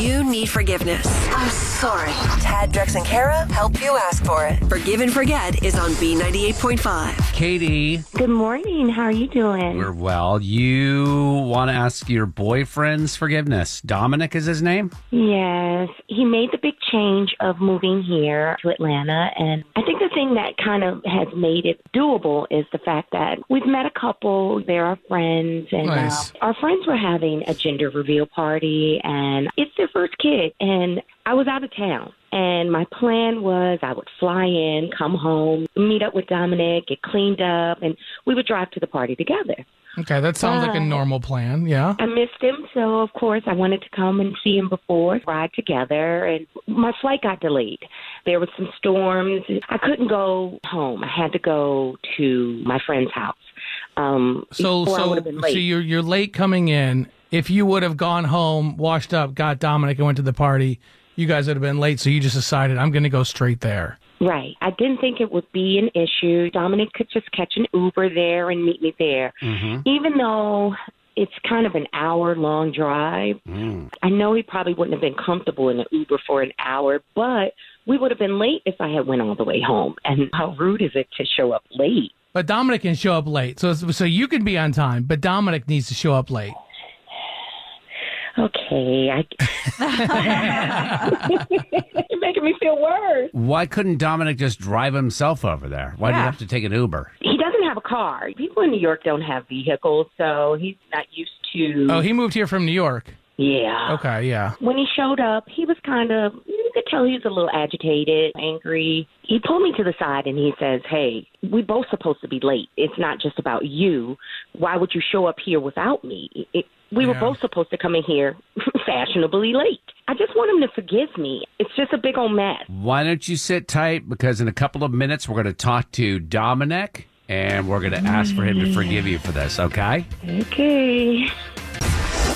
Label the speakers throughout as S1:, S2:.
S1: You need forgiveness. I'm sorry. Tad, Drex, and Kara help you ask for it. Forgive and Forget is on B98.5.
S2: Katie,
S3: Good morning. How are you doing?
S2: we're well. You want to ask your boyfriend's forgiveness. Dominic is his name.
S3: yes. He made the big change of moving here to Atlanta. And I think the thing that kind of has made it doable is the fact that we've met a couple. They're our friends. And
S4: Nice.
S3: uh, our friends were having a gender reveal party. And it's their first kid. And I was out of town. And my plan was I would fly in, come home, meet up with Dominic, get cleaned up, and we would drive to the party together.
S4: Okay, that sounds like a normal plan. Yeah.
S3: I missed him, so of course I wanted to come and see him before, ride together, and my flight got delayed. There was some storms. I couldn't go home. I had to go to my friend's house. Um,
S4: So
S3: before I
S4: so
S3: would have been
S4: so
S3: late.
S4: you're you're late coming in. If you would have gone home, washed up, got Dominic, and went to the party, you guys would have been late. So you just decided I'm going to go straight there.
S3: right. I didn't think it would be an issue. Dominic could just catch an Uber there and meet me there. Even though it's kind of an hour long drive, I know he probably wouldn't have been comfortable in an Uber for an hour, but we would have been late if I had went all the way home. And how rude is it to show up late?
S4: But Dominic can show up late. So so you can be on time, but Dominic needs to show up late.
S3: Okay, I. You're making me feel worse.
S2: Why couldn't Dominic just drive himself over there? Why do you
S5: Yeah.
S2: have to take an Uber?
S3: He doesn't have a car. People in New York don't have vehicles, so he's not used to.
S4: Oh, he moved here from New York.
S3: yeah.
S4: Okay, yeah.
S3: When he showed up, he was kind of, you could tell he was a little agitated, angry. He pulled me to the side and he says, Hey, we both supposed to be late. It's not just about you. Why would you show up here without me? It, we were
S4: Yeah.
S3: both supposed to come in here fashionably late. I just want him to forgive me. It's just a big old mess.
S2: Why don't you sit tight? Because in a couple of minutes, we're going to talk to Dominic and we're going to ask for him to forgive you for this, okay?
S3: Okay.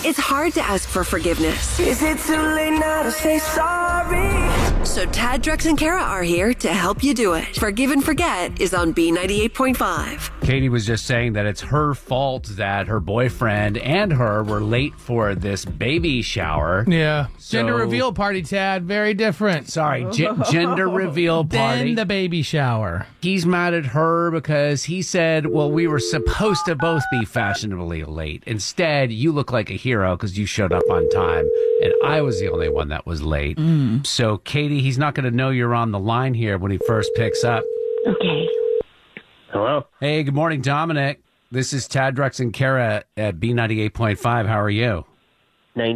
S1: It's hard to ask for forgiveness. Is it too late now to say sorry? So Tad, Drex, and Kara are here to help you do it. Forgive and Forget is on B98.5.
S2: Katie was just saying that it's her fault that her boyfriend and her were late for this baby shower.
S4: Yeah. Gender
S2: So-
S4: reveal party, Tad. Very different.
S2: Sorry, gen- gender reveal party.
S4: Then the baby shower.
S2: he's mad at her because he said, "Well, we were supposed to both be fashionably late. Instead, you look like a hero because you showed up on time, and I was the only one that was late." So, Katie, he's not going to know you're on the line here when he first picks up.
S3: Okay.
S6: Hello.
S2: Hey, good morning, Dominic. This is Tad Drex and Kara at B98.5. How are you?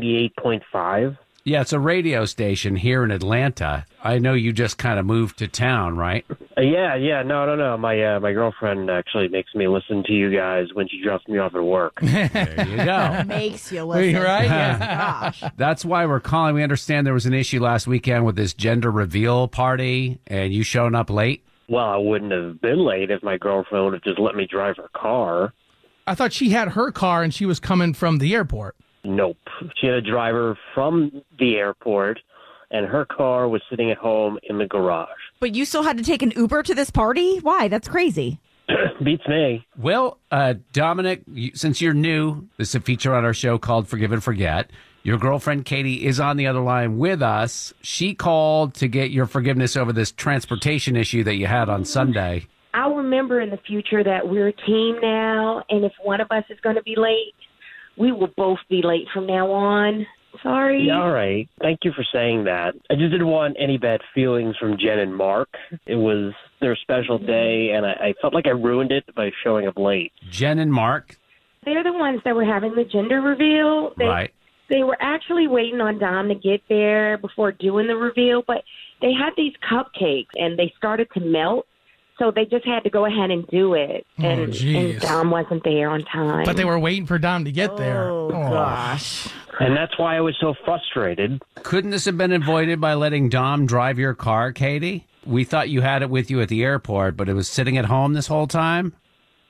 S6: 98.5.
S2: Yeah, it's a radio station here in Atlanta. I know you just kind of moved to town, right?
S6: Uh, yeah, yeah. No, no, no. My uh, my girlfriend actually makes me listen to you guys when she drops me off at work.
S2: There you go.
S5: Makes you listen.
S4: Right?
S5: Yes,
S4: Yeah.
S5: Gosh.
S2: That's why we're calling. We understand there was an issue last weekend with this gender reveal party and you showing up late.
S6: well, I wouldn't have been late if my girlfriend would have just let me drive her car.
S4: I thought she had her car and she was coming from the airport.
S6: Nope. She had a driver from the airport, and her car was sitting at home in the garage.
S5: But you still had to take an Uber to this party? Why? That's crazy.
S6: Beats me.
S2: Well, uh, Dominic, you, since you're new, this is a feature on our show called Forgive and Forget. Your girlfriend Katie is on the other line with us. She called to get your forgiveness over this transportation issue that you had on Sunday.
S3: I'll remember in the future that we're a team now, and if one of us is going to be late, we will both be late from now on. Sorry.
S6: Yeah, all right. Thank you for saying that. I just didn't want any bad feelings from Jen and Mark. It was their special day, and I, I felt like I ruined it by showing up late.
S2: Jen and Mark,
S3: They're the ones that were having the gender reveal. They,
S2: right?
S3: They were actually waiting on Dom to get there before doing the reveal, but they had these cupcakes and they started to melt. So they just had to go ahead and do it,
S4: Oh,
S3: and, and
S4: jeez.
S3: Dom wasn't there on time.
S4: But they were waiting for Dom to get there.
S5: Oh,
S4: Oh.
S5: gosh.
S6: And that's why I was so frustrated.
S2: Couldn't this have been avoided by letting Dom drive your car, Katie? We thought you had it with you at the airport, but it was sitting at home this whole time?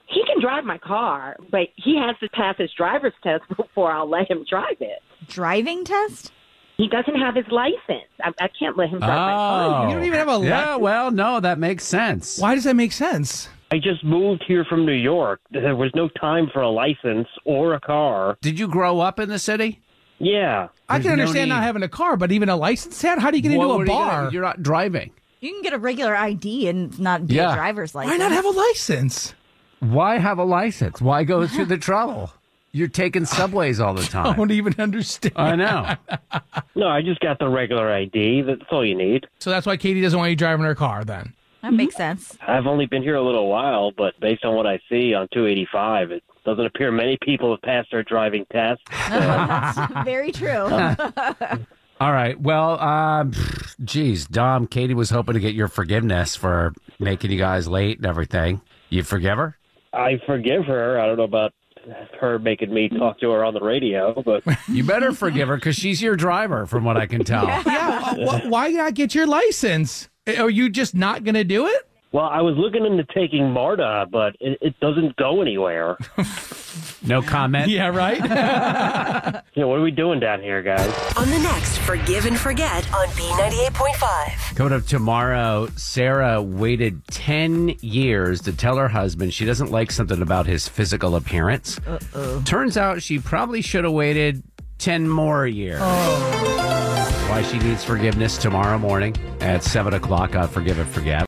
S3: he can drive my car, but he has to pass his driver's test before I'll let him drive it.
S5: Driving test?
S3: He doesn't have his license. I, I can't let him drive
S2: Oh.
S3: my car.
S4: Oh, You don't even have a
S2: yeah,
S4: license?
S2: well, no, that makes sense.
S4: Why does that make sense?
S6: I just moved here from New York. There was no time for a license or a car.
S2: Did you grow up in the city?
S6: Yeah.
S4: I
S2: There's
S4: can
S2: no
S4: understand
S2: need.
S4: not having a car, but even a license hat? How do you get
S2: What
S4: into
S2: were
S4: a
S2: you gonna-
S4: bar?
S2: you're not driving.
S5: You can get a regular ID and not be
S2: Yeah.
S5: a driver's license.
S4: Why not have a license?
S2: Why have a license? Why go through the trouble? You're taking subways all the
S4: I
S2: time.
S4: don't even understand.
S2: I know.
S6: No, I just got the regular ID. That's all you need.
S4: So that's why Katie doesn't want you driving her car then.
S5: That makes sense.
S6: I've only been here a little while, but based on what I see on 285, it doesn't appear many people have passed their driving test.
S5: That's very true.
S2: All right. Well, um, pff, geez, Dom, Katie was hoping to get your forgiveness for making you guys late and everything. You forgive her?
S6: I forgive her. I don't know about her making me talk to her on the radio, but
S2: You better forgive her because she's your driver, from what I can tell.
S4: Yeah. uh, wh- why not get your license? Are you just not going to do it?
S6: well, I was looking into taking MARTA, but it, it doesn't go anywhere.
S2: No comment.
S4: Yeah, right?
S6: You know, what are we doing down here, guys?
S1: On the next Forgive and Forget on B98.5.
S2: Coming up tomorrow, Sarah waited 10 years to tell her husband she doesn't like something about his physical appearance. Uh-oh. Turns out she probably should have waited 10 more years. Why she needs forgiveness tomorrow morning at 7 o'clock on Forgive and Forget.